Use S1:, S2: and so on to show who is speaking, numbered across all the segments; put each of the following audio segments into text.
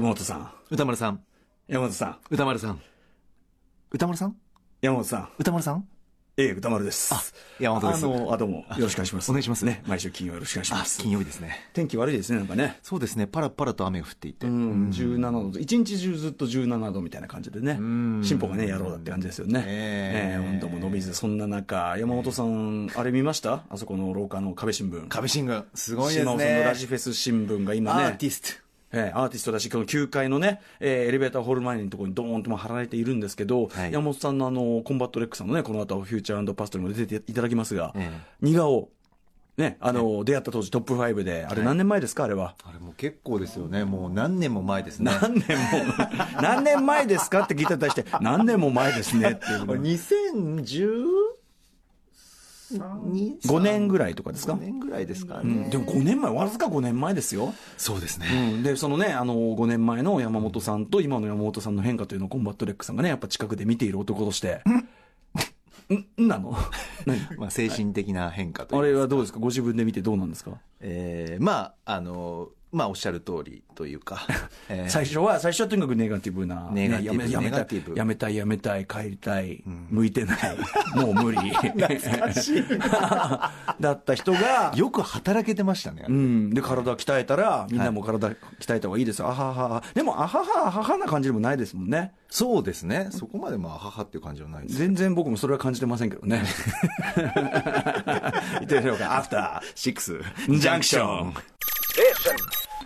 S1: 山本さん
S2: 歌丸さん、
S1: 山本さん
S2: 歌丸さん。歌丸さん
S1: 山本さん
S2: 歌丸さん
S1: ええ歌丸ですあ
S2: 山本です
S1: あのあどうもよろしくお願いします
S2: お願いします
S1: ね毎週金曜よろしくお願いしま
S2: あ、
S1: す
S2: 金曜日ですね。
S1: 天気悪いですねなんかね
S2: そうですね、パラパラと雨が降っていて。
S1: うん17度一日中ずっと17度みたいな感じでね
S2: ん
S1: 進歩がね野郎だって感じですよね、
S2: え
S1: え
S2: え
S1: 温度も伸びずそんな中山本さんあれ見ましたあそこの廊下の壁新聞
S2: 壁新聞、すごいです
S1: 島尾さんのラジ
S2: ね。
S1: フェス新聞が今
S2: ア
S1: ね
S2: ーティス
S1: えーアーティストだし、この9階のね、えーエレベーターホール前のところにドーンとも貼られているんですけど、
S2: はい
S1: 山本さんのあのコンバットレックさんのね、この後、フューチャーパストにも出ていただきますが、
S2: ええ
S1: 似顔、ね、あの、出会った当時、トップ5で、あれ、何年前ですか、あれは。
S2: ト。あれもう結構ですよね、もう何年も前ですね。
S1: 何年も、 何年前ですかって聞いたに対して、何年も前ですねっていう のが。
S2: 2015
S1: 5年ぐらいとかですか、
S2: 年ぐらいですか
S1: うんでも5年前、わずか5年前ですよ。
S2: そうですね。
S1: うん、でそのねあの5年前の山本さんと今の山本さんの変化というのをコンバットレックさんがねやっぱ近くで見ている男としてんんなの何
S2: まあ、精神的な変化と
S1: あ
S2: い
S1: れ
S2: うか、
S1: はどうですかご自分で見てどうなんですか、
S2: えーまあ、あの、まあ、おっしゃる通りという か、えー
S1: 最初は最初はとにかくネガティブな、
S2: ネガティブ
S1: ねやめ
S2: ネ
S1: やめ
S2: ガ
S1: た
S2: テ
S1: い
S2: ィブ
S1: やめたいやめたい帰りたい、向いてないもう無理だった人が
S2: よく働けてましたね、
S1: うん、で体鍛えたらみんなも体鍛えた方がいいですよ、あはははでもあははあははな感じでもないですもんね
S2: そうですね。そこまでまあ、母っていう感じはないです。
S1: 全然僕もそれは感じてませんけどね。 言ってみましょうか。アフタ
S2: シックス。
S1: ー、ジャンクション。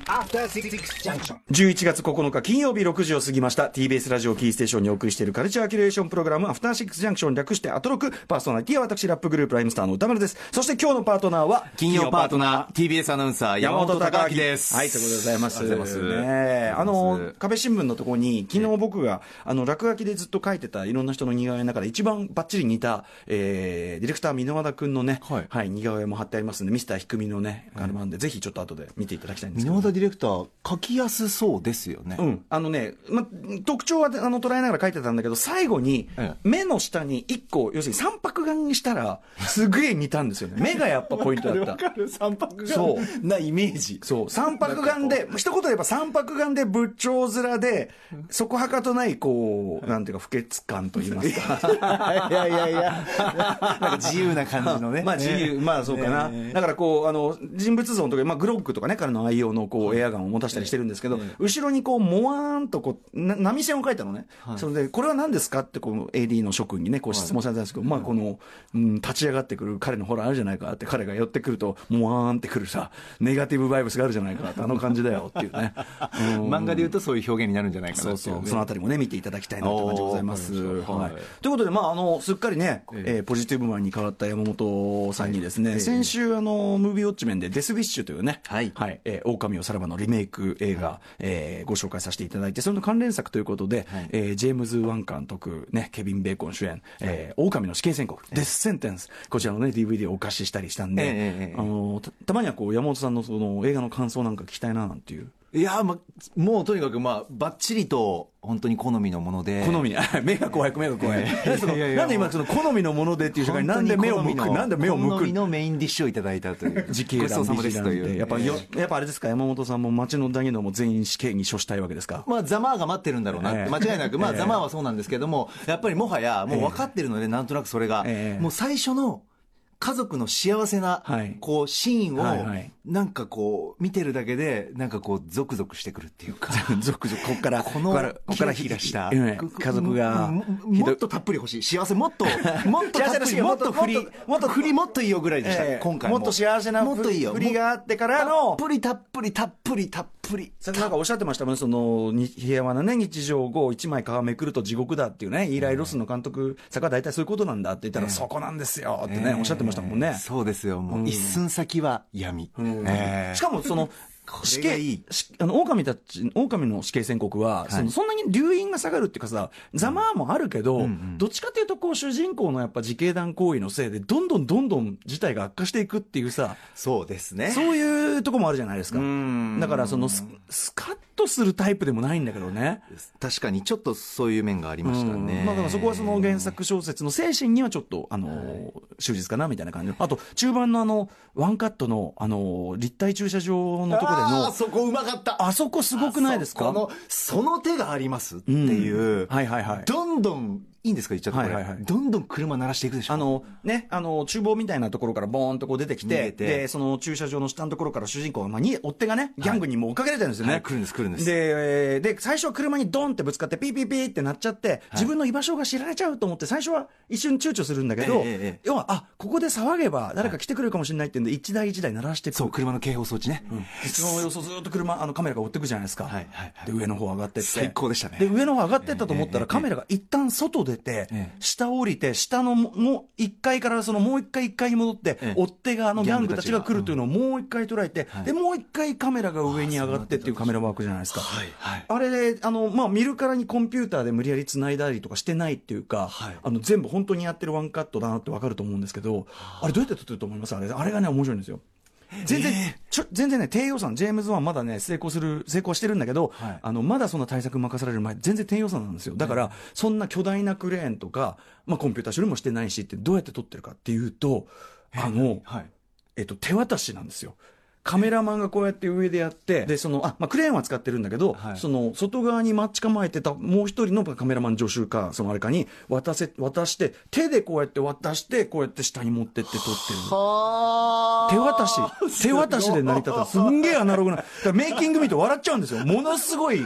S3: After Six Junction.
S1: 11月9日金曜日6時を過ぎました。TBS ラジオキーステーションにお送りしているカルチャーキュレーションプログラム、アフターシックスジャンクション略してアトロク。パーソナリティは私、ラップグループライムスターの歌丸です。そして今日のパートナーは、
S2: 金曜パートナー、TBS アナウンサー、山本貴明です。
S1: はい、ということでございます。
S2: ありがとうございます。
S1: ねえあ
S2: ありがとうござい
S1: の
S2: ま、す
S1: 壁新聞のところに、昨日僕が、あの、落書きでずっと書いてたいろんな人の似顔絵の中で一番バッチリ似た、えー、ディレクター、箕輪田くんのね、は
S2: はいい、
S1: 似顔絵も貼ってありますんで、ミスターひくみのね、あれもあるんで、ぜひちょっと後で見ていただきたいんですけど。
S2: 箕輪田ディレクター、書きやすそうですよね。
S1: うん、あのね、ま、特徴はあの捉えながら書いてたんだけど、最後に
S2: ええ
S1: 目の下に1個、要するに三白眼にしたら、すげえ似たんですよね、目がやっぱポイントだった。
S2: る、三白
S1: そ
S2: なイメージ。
S1: そう、三白眼で、一言で言えば三白眼で仏頂面で、そこはかとない、こう、なんていうか、不潔感と言いますか。
S2: いやいやいや、 なんか自由な感じのね。
S1: まあ自由、まあそうかな。だからこう、あの、人物像の時、まあグロックとかね、彼の愛用のこう、エアガンを持たしたりしてるんですけど、後ろにこう、もわーんとこう、な波線を書いたのね。それで、これは何ですかってこの AD の諸君にね、こう質問されたんですけど、まあこの、うん、立ち上がってくる彼のほらあるじゃないかって、彼が寄ってくると、もわーんってくるさ、ネガティブバイブスがあるじゃないかって、あの感じだよっていう ね。うん
S2: 漫画で言うとそういう表現になるんじゃないかなってい
S1: そう
S2: ね
S1: うそのあたりもね見ていただきたいなという感じでございます。
S2: おーわかりました
S1: はい
S2: はい
S1: ということで、まあ、あのすっかりね、え
S2: え
S1: ーポジティブマンに変わった山本さんにですね、先週あの、ムービーウォッチ面でデスウィッシュというね、
S2: はい
S1: えー狼をさらばのリメイク映画、えーご紹介させていただいて、それの関連作ということで、
S2: い
S1: えージェームズ・ワン監督、ね、ケビン・ベーコン主演、えー狼の死刑宣告、デス・センテンス、こちらのね、DVD をお貸ししたりしたんで、
S2: ええええ
S1: あのたたまにはこう山本さんのその映画の感想なんか聞きたいななんていう。
S2: いや、まあ、もうとにかく、まあ、ばっちりと、本当に好みのもので。
S1: 好み、 目が怖い、目が怖い。なんでその
S2: いやいや
S1: なんで今、その好みのものでっていう瞬間に、なんで目を向く、なんで目を向
S2: 好
S1: く
S2: み。のメインディッシュをいただいたという。
S1: 時系
S2: ごちそうさまですという。
S1: やっぱよ、やっぱあれですか、山本さんも町のダニのも全員死刑に処したいわけです か。
S2: まあ、ざまあが待ってるんだろうなって、
S1: ええ
S2: 間違いなく、まあ、ざまあはそうなんですけども、やっぱりもはや、もう分かってるので、なんとなくそれが、
S1: ええ
S2: もう最初の、家族の幸せな
S1: はい、
S2: こう、シーン
S1: はいはい
S2: を、なんかこう、見てるだけで、なんかこう、ゾクゾクしてくるっていうか。
S1: 続々、ここから、
S2: こ
S1: こ
S2: の、
S1: こから、ここから
S2: ヒラヒラした、
S1: ええ家族が
S2: も、ももっとたっぷり欲しい。幸せもっ と、もっとたっ
S1: 幸
S2: ぷ
S1: せ
S2: り、
S1: の
S2: もっと振り
S1: もっ、
S2: もっと振りもっといいよぐらいでした、
S1: ええ
S2: 今回も。
S1: もっと幸せな
S2: もっといいよ。
S1: 振りがあってからの
S2: たっぷりたっぷりたっぷりたっぷり。
S1: さっきなんかおっしゃってましたもんね、その、に平和なね、日常を一枚皮めくると地獄だっていうね、イーライ・ロスの監督、作は大体そういうことなんだって言ったら、そこなんですよってね、おっしゃってましたもんね。
S2: そうですよ。もう、一寸先は闇。ええ
S1: しかもその死
S2: れがいい
S1: 刑しあの狼たち狼の死刑宣告は、そのそんなに留飲が下がるっていうかさざまあもあるけど、どっちかというとこう主人公のやっぱ自警団行為のせいでどんどんどんどん事態が悪化していくっていうさ
S2: そうですね。
S1: そういうとこもあるじゃないですか
S2: ん
S1: だからそのススカッとするタイプでもないんだけどね。
S2: 確かにちょっとそういう面がありましたね。
S1: まあ、だからそこはその原作小説の精神にはちょっと、あのー、終日かなみたいな感じの。あと、中盤のあの、ワンカットの、あのー、立体駐車場のとこで
S2: あー
S1: の、
S2: そこうまかった
S1: あそこすごくないですか
S2: あそこのその手がありますっていう、
S1: うんはいはいはい
S2: どんどんいいんですか言っちゃってこれ、
S1: はいはいはい
S2: どんどん車鳴らしていくでしょ
S1: あの、ね、あの、厨房みたいなところからボーンとこう出てき
S2: 逃
S1: て、
S2: げて
S1: で、その駐車場の下のところから主人公が、まあ、に、追っ手がね、ギャングにもう追っかけられてるんですよね。
S2: はい来るんです来るんです
S1: で、えーで、最初は車にドンってぶつかって、ピーピーピーってなっちゃって、自分の居場所が知られちゃうと思って、最初は一瞬躊躇するんだけど、
S2: ええええええ
S1: 要は、あ、ここで騒げば、誰か来てくれるかもしれないってんで、一台一台鳴らしていく
S2: そう車の警報装置ね、
S1: その様子をずっと車、あのカメラが追ってくじゃないですか。
S2: はいはいはい
S1: で、上の方上がってって。
S2: 最高でしたね
S1: で、上の方上がってったと思った
S2: えええ
S1: ら、
S2: え
S1: カメラが一旦外出て
S2: ええ、
S1: 下降りて、下のももう1階からそのもう1階1階に戻って
S2: ええ、
S1: 追っ手があのギャングたちが
S2: ギャ
S1: 来るというのをもう1回捉えて、で、もう1回カメラが上に上がってっていうカメラワークじゃないですか。
S2: はいはい
S1: あれで、あの、まあ、見るからにコンピューターで無理やり繋いだりとかしてないっていうか、
S2: はい
S1: あの、全部本当にやってるワンカットだなってわかると思うんですけど、あれどうやって撮ってると思いますあれ、あれがね、面白いんですよ。全然、ちょ、全然ね、低予算、ジェームズ・ワンまだね、成功する、成功はしてるんだけど、
S2: はい
S1: あの、まだそんな対策任される前、全然低予算なんですよ。だから、そんな巨大なクレーンとか、まあ、コンピューター処理もしてないしって、どうやって撮ってるかっていうと、あの、
S2: はい
S1: えっと、手渡しなんですよ。カメラマンがこうやって上でやって、で、その、あ、まあ、クレーンは使ってるんだけど、
S2: はい
S1: その、外側に待ち構えてた、もう一人のカメラマン助手か、そのあれかに、渡せ、渡して、手でこうやって渡して、こうやって下に持ってって撮ってる。
S2: は
S1: 手渡し、手渡しで成り立った、すんげえアナログな、だからメイキング見て笑っちゃうんですよ、ものすごい、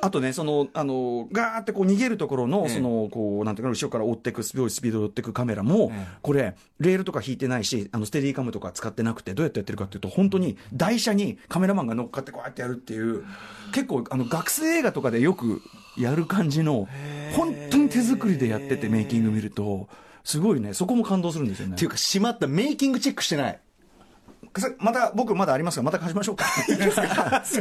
S1: あとね、その、あの、ガーってこう逃げるところの、
S2: ええ
S1: その、こう、なんていうかな、後ろから追っていく、すごいスピードで追っていくカメラも
S2: ええ、
S1: これ、レールとか引いてないし、あの、ステディカムとか使ってなくて、どうやってやってるかっていうと、本当に台車にカメラマンが乗っかってこうやってやるっていう、結構、あの、学生映画とかでよくやる感じの、本当に手作りでやってて、メイキング見ると、すごいね、そこも感動するんですよね
S2: ってい。うか閉まったメイキングチェックしてない
S1: さまた僕まだありますがまた貸しましょうか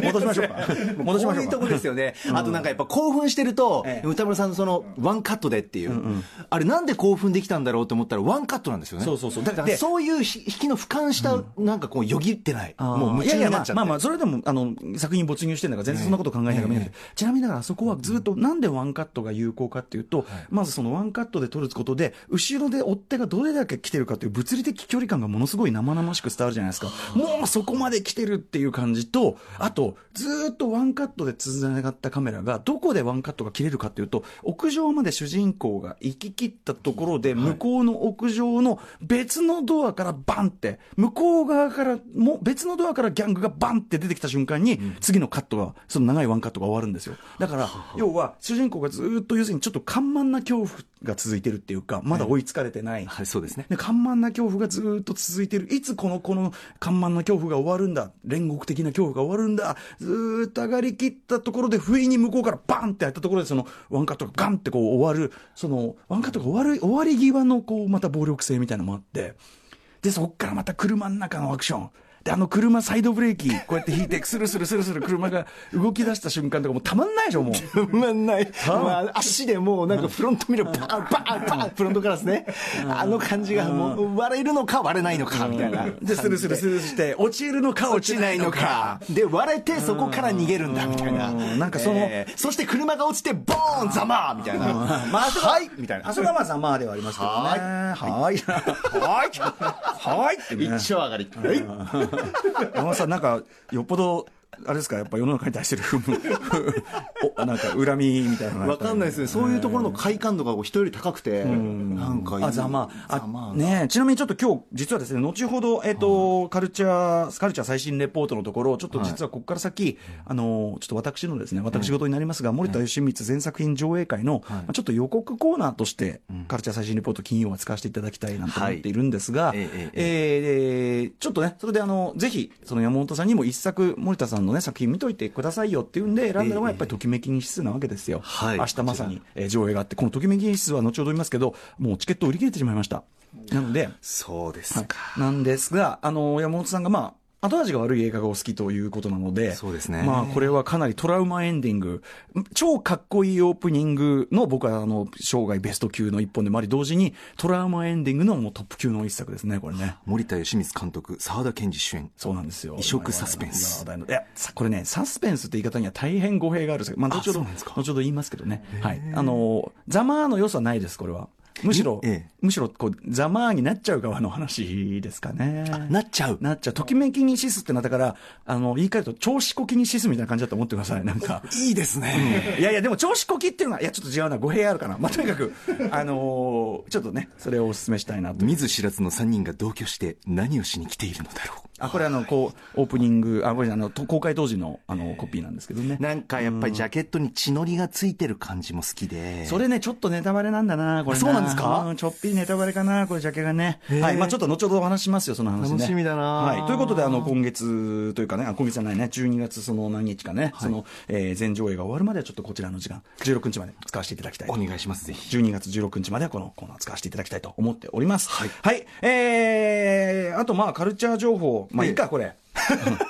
S1: 戻しましょうか 戻しましょ
S2: こういううとこ
S1: か
S2: です よね、あとなんかやっぱ興奮してると、
S1: ええ
S2: 歌村さんのそのワンカットでっていう、あれ、なんで興奮できたんだろうと思ったら、ワンカットなんですよね、
S1: そうそうそう
S2: だ
S1: だ
S2: か
S1: から
S2: らそういうひ引きの俯瞰した、なんかこう、よぎってない、もう夢中になっちゃって、
S1: いやいやまあまあまあそれでもあの作品没入してるんだから全然そんなこと考えないから、ちなみにだからそこはずっとなんでワンカットが有効かっていうと、まずそのワンカットで撮ることで後ろで追っ手がどれだけ来てるかという物理的距離感がものすごい生々しく伝わるじゃないですかもうそこまで来てるっていう感じとあとずっとワンカットでつながったカメラがどこでワンカットが切れるかっていうと屋上まで主人公が行き切ったところで向こうの屋上の別のドアからバンって向こう側からも別のドアからギャングがバンって出てきた瞬間に次のカットがその長いワンカットが終わるんですよだから要は主人公がずーっと要するにちょっと緩慢な恐怖が続いてるっていうかまだ追いつかれてない
S2: はい、そうですね、
S1: で緩慢な恐怖がずーっと続いてるいつこのこの緩慢な恐怖が終わるんだ煉獄的な恐怖が終わるんだずーっと上がりきったところで不意に向こうからバンってやったところでそのワンカットがガンってこう終わるそのワンカットが終わる終わり際のこうまた暴力性みたいなのもあってでそっからまた車の中のアクションであの車サイドブレーキこうやって引いてスルスルスルスル車が動き出した瞬間とかもうたまんないでしょもう。
S2: 止まんない、まあ、足でもう、なんかフロントミラー、パン、パン、パン、フロントガラスね、あの感じが、もう、割れるのか、割れないのか、みたいな、
S1: でスルスルスルして落ちるのか落
S2: 落ち
S1: ち
S2: な
S1: ないい
S2: の
S1: のか
S2: か。で、割れて、そこから逃げるんだ、みたいな。
S1: うんなんかその
S2: えーそして車が落ちて、ボーンざまーみたいな。はいみたいな。
S1: あそこはまあざまあではありますけどね。はい。
S2: はいはいって一丁上がり。はい
S1: 山本さん、なんか、よっぽど、あれですか、やっぱ世の中に対してる、 おなんか恨みみたいなのがや
S2: わ
S1: っぱり
S2: かんないですね。そういうところの快感度がこう人より高くて、なんかいい
S1: あ、ざまあ。
S2: ざまあ
S1: ねえちなみにちょっと今日、実はですね、後ほど、えっ、と、カルチャー、カルチャー最新レポートのところ、ちょっと実はここから先、あの、ちょっと私のですね、私事になりますが、森田義満全作品上映会の、まあちょっと予告コーナーとして、カルチャー最新レポート金曜は使わせていただきたいなと思っているんですが、
S2: いえええ
S1: え
S2: え
S1: ーえーちょっとね、それであの、ぜひ、その山本さんにも一作、森田さんのね、作品見といてくださいよっていうんで、選んだのはやっぱりときめきに指数なわけですよ。
S2: はい
S1: 明日まさに、えー上映があって、このときめき演出は後ほど言いますけど、もうチケット売り切れてしまいました。なので、
S2: そうです
S1: はい
S2: か。
S1: なんですが、あの、山本さんがまあ、後味が悪い映画がお好きということなので、
S2: そうですね
S1: まあ、これはかなりトラウマエンディング、超かっこいいオープニングの僕はあの、生涯ベスト級の一本でもあり、同時にトラウマエンディングのもうトップ級の一作ですね、これね。
S2: 森田芳光監督、沢田研二主演。
S1: そうなんですよ。
S2: 異色サスペンス
S1: 今話題のいや、さこれね、サスペンスって言い方には大変語弊があるんですけど、まあ、後ほ
S2: そう
S1: ど、
S2: なんですか
S1: 後ほど言いますけどね。はい。あの、ざまーの良さないです、これは。むしろ、
S2: ええ
S1: むしろ、こう、ざまーになっちゃう側の話ですかね。
S2: なっちゃう。
S1: なっちゃう。ときめきにシスってのは、だから、あの、言い換えると、調子こきにシスみたいな感じだと思ってください、なん か。
S2: いいですね。
S1: いやいや、でも、調子こきっていうのは、いや、ちょっと違うな、語弊あるかな。まあ、とにかく、あのーちょっとね、それをお勧めしたいなと。
S2: 見ず知らずの3人が同居して何をしに来ているのだろう。
S1: あ、これあの、こう、オープニング、あ、ごめんなさい、あの、と公開当時の、あの、コピーなんですけどね。
S2: なんかやっぱりジャケットに血のりがついてる感じも好きで。
S1: それね、ちょっとネタバレなんだな、これ
S2: そうなんですか
S1: うんちょっぴりネタバレかな、これ、ジャケがね。はい。まあちょっと後ほどお話しますよ、その話ね。
S2: 楽しみだな
S1: はい。ということで、あの、今月というかね、あ今月じゃないね、12月その何日かね、その、えー、全上映が終わるまではちょっとこちらの時間、16日まで使わせていただきたいと
S2: お願いします、ぜひ。
S1: 12月16日まではこのコーナー使わせていただきたいと思っております。はい。えー、あとまあカルチャー情報、まあいいか、 これ。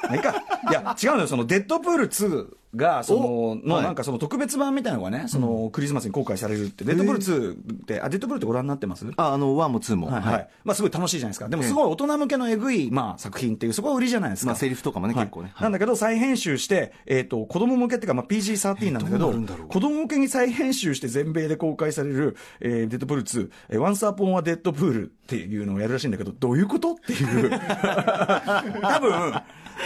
S1: まあいいか。いや、違うのよ、そのデッドプール2。が、その、の、
S2: はい
S1: なんかその特別版みたいなのがね、その、クリスマスに公開されるって、デッドプール2って、あ、デッドプールってご覧になってます
S2: あ、あの、1も2も。
S1: はいはい。まあすごい楽しいじゃないですか。でもすごい大人向けのえぐい、まあ作品っていう、そこは売りじゃないですか。
S2: まあセリフとかもね
S1: はい
S2: 結構ねはい
S1: なんだけど、再編集して、えっと、子供向けっていうか、まあ PG13 なんだけ
S2: どう
S1: ど
S2: なるんだろう、
S1: 子供向けに再編集して全米で公開される、えーデッドプール2、えー、Once Upon a Dead Pool っていうのをやるらしいんだけど、どういうことっていう。多分、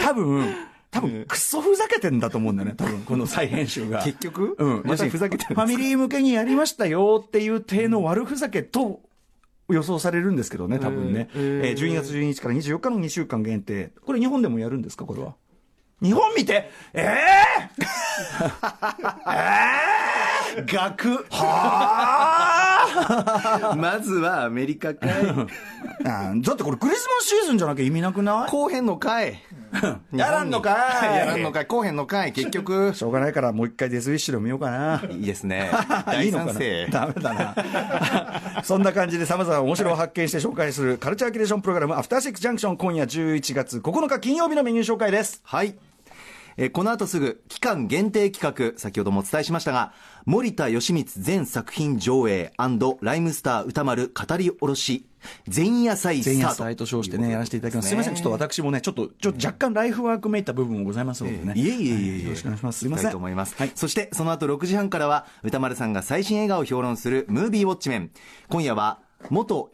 S1: 多分、多分、クソふざけてんだと思うんだよね、多分、この再編集が。
S2: 結局
S1: うん。
S2: またふざけてるんですか
S1: ファミリー向けにやりましたよっていう体の悪ふざけと、予想されるんですけどね、多分ね。えー
S2: えー
S1: 12月12日から24日の2週間限定。これ日本でもやるんですか、これは。日本見て ええ
S2: 額まずはアメリカかい。
S1: あーだってこれクリスマスシーズンじゃなきゃ意味なくない
S2: 後編の回。
S1: やらんのかい
S2: やらんのかい。後編の回、結局。
S1: しょうがないからもう一回デスウィッシュで見ようかな。
S2: いいで
S1: 。
S2: すね
S1: いいのかなダメだな。 そんな感じで様々面白を発見して紹介するカルチャーキュレーションプログラム、アフターシックスジャンクション、今夜11月9日金曜日のメニュー紹介です。
S2: はい。えーこの後すぐ、期間限定企画、先ほどもお伝えしましたが、森田義満全作品上映ライムスター歌丸語り下ろし、前夜祭スタート。
S1: すみません、ちょっと私もね、ちょっと、ちょっと若干ライフワークめいた部分もございますのでね。
S2: いえいえいえいえ、
S1: よろしくお願いします。すみま
S2: 行
S1: せ
S2: きた
S1: ん。
S2: いと思います。
S1: はい。
S2: そして、その後6時半からは、歌丸さんが最新映画を評論する、ムービーウォッチメン。今夜は、元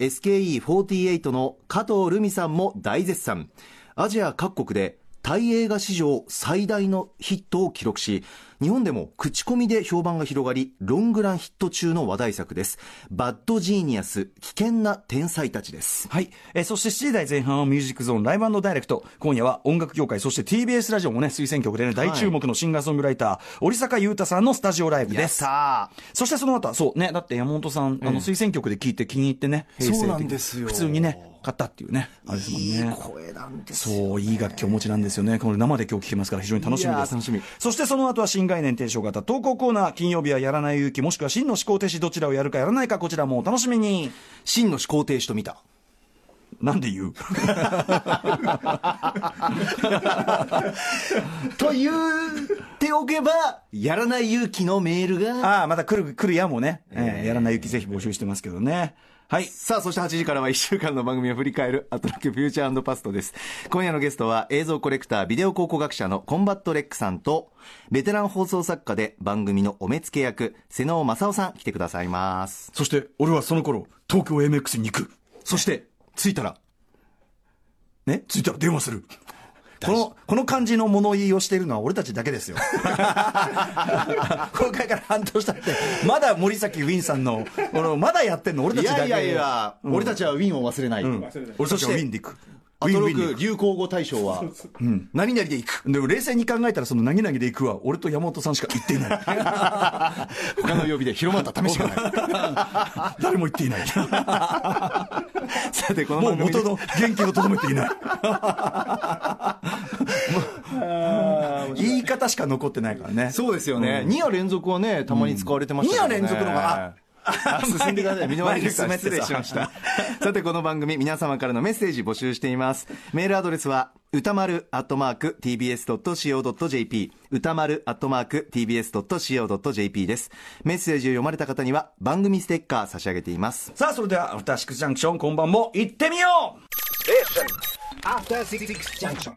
S2: SKE48 の加藤留美さんも大絶賛。アジア各国で、タイ映画史上最大のヒットを記録し、日本でも口コミで評判が広がり、ロングランヒット中の話題作です。バッドジーニアス、危険な天才たちです。
S1: はい。えーそして7時台前半はミュージックゾーンライブダイレクト。今夜は音楽業界、そして TBS ラジオもね、推薦曲でね、大注目のシンガーソングライター、織坂優太さんのスタジオライブです。
S2: さあ、
S1: そしてその後は、そうね、だって山本さん、あの、推薦曲で聴いて気に入ってね、平成的
S2: そうなんですよ
S1: 普通にね、買ったっていうね、あれですもんね。
S2: 声なんです
S1: そう、いい楽器をお持ちなんですよね。この生で今日聴けますから非常に楽しみ
S2: いや
S1: です。
S2: ー楽しみ
S1: そしてその後は新概念提唱型投稿コーナー、金曜日はやらない勇気、もしくは真の思考停止、どちらをやるかやらないか、こちらもお楽しみに。
S2: 真の始皇帝使と見た。
S1: なんで 言う
S2: と言っておけば、やらない勇気のメールが。
S1: ああ、また来る、来るやもね、えーやらない勇気ぜひ募集してますけどね。はい。
S2: さあ、そして8時からは1週間の番組を振り返る、アトラックフューチャーパストです。今夜のゲストは映像コレクター、ビデオ考古学者のコンバットレックさんと、ベテラン放送作家で番組のお目付け役、瀬能正夫さん来てくださいます。
S1: そして、俺はその頃、東京 MX に行く。
S2: そして、着いたら、
S1: ね、着いたら電話する。この、この感じの物言いをしているのは俺たちだけですよ。 公開から半年経って、まだ森崎ウィンさんの、このまだやってんの俺た
S2: い
S1: ちだけ。
S2: やいやいや、俺たちはウィンを忘れない。
S1: 俺たちはウ
S2: そして
S1: ィンで行く。
S2: アトロク流行語大賞は、何々でいく。
S1: でも冷静に考えたら、その何々で行くは、俺と山本さんしか言っていない。
S2: 他の曜日で広まったため しかない。
S1: 誰も言っていない。
S2: さて、この
S1: もう
S2: 番組で
S1: 元の元気をとどめてい ない。言い方しか残ってないからね。
S2: そうですよね。2夜連続はね、たまに使われてまし
S1: 2
S2: たけど
S1: 夜
S2: ね
S1: 連続のが、
S2: あ進んでください。見逃し
S1: 前に進めてた
S2: 失礼しました。さて、この番組、皆様からのメッセージ募集しています。メールアドレスは、歌丸アットマーク tbs.co.jp 歌丸アットマーク tbs.co.jp ですメッセージを読まれた方には番組ステッカー差し上げています
S1: さあ、それでは、アフターシックスジャンクション、こんばんも、行ってみよう
S3: Station. After Six Junction.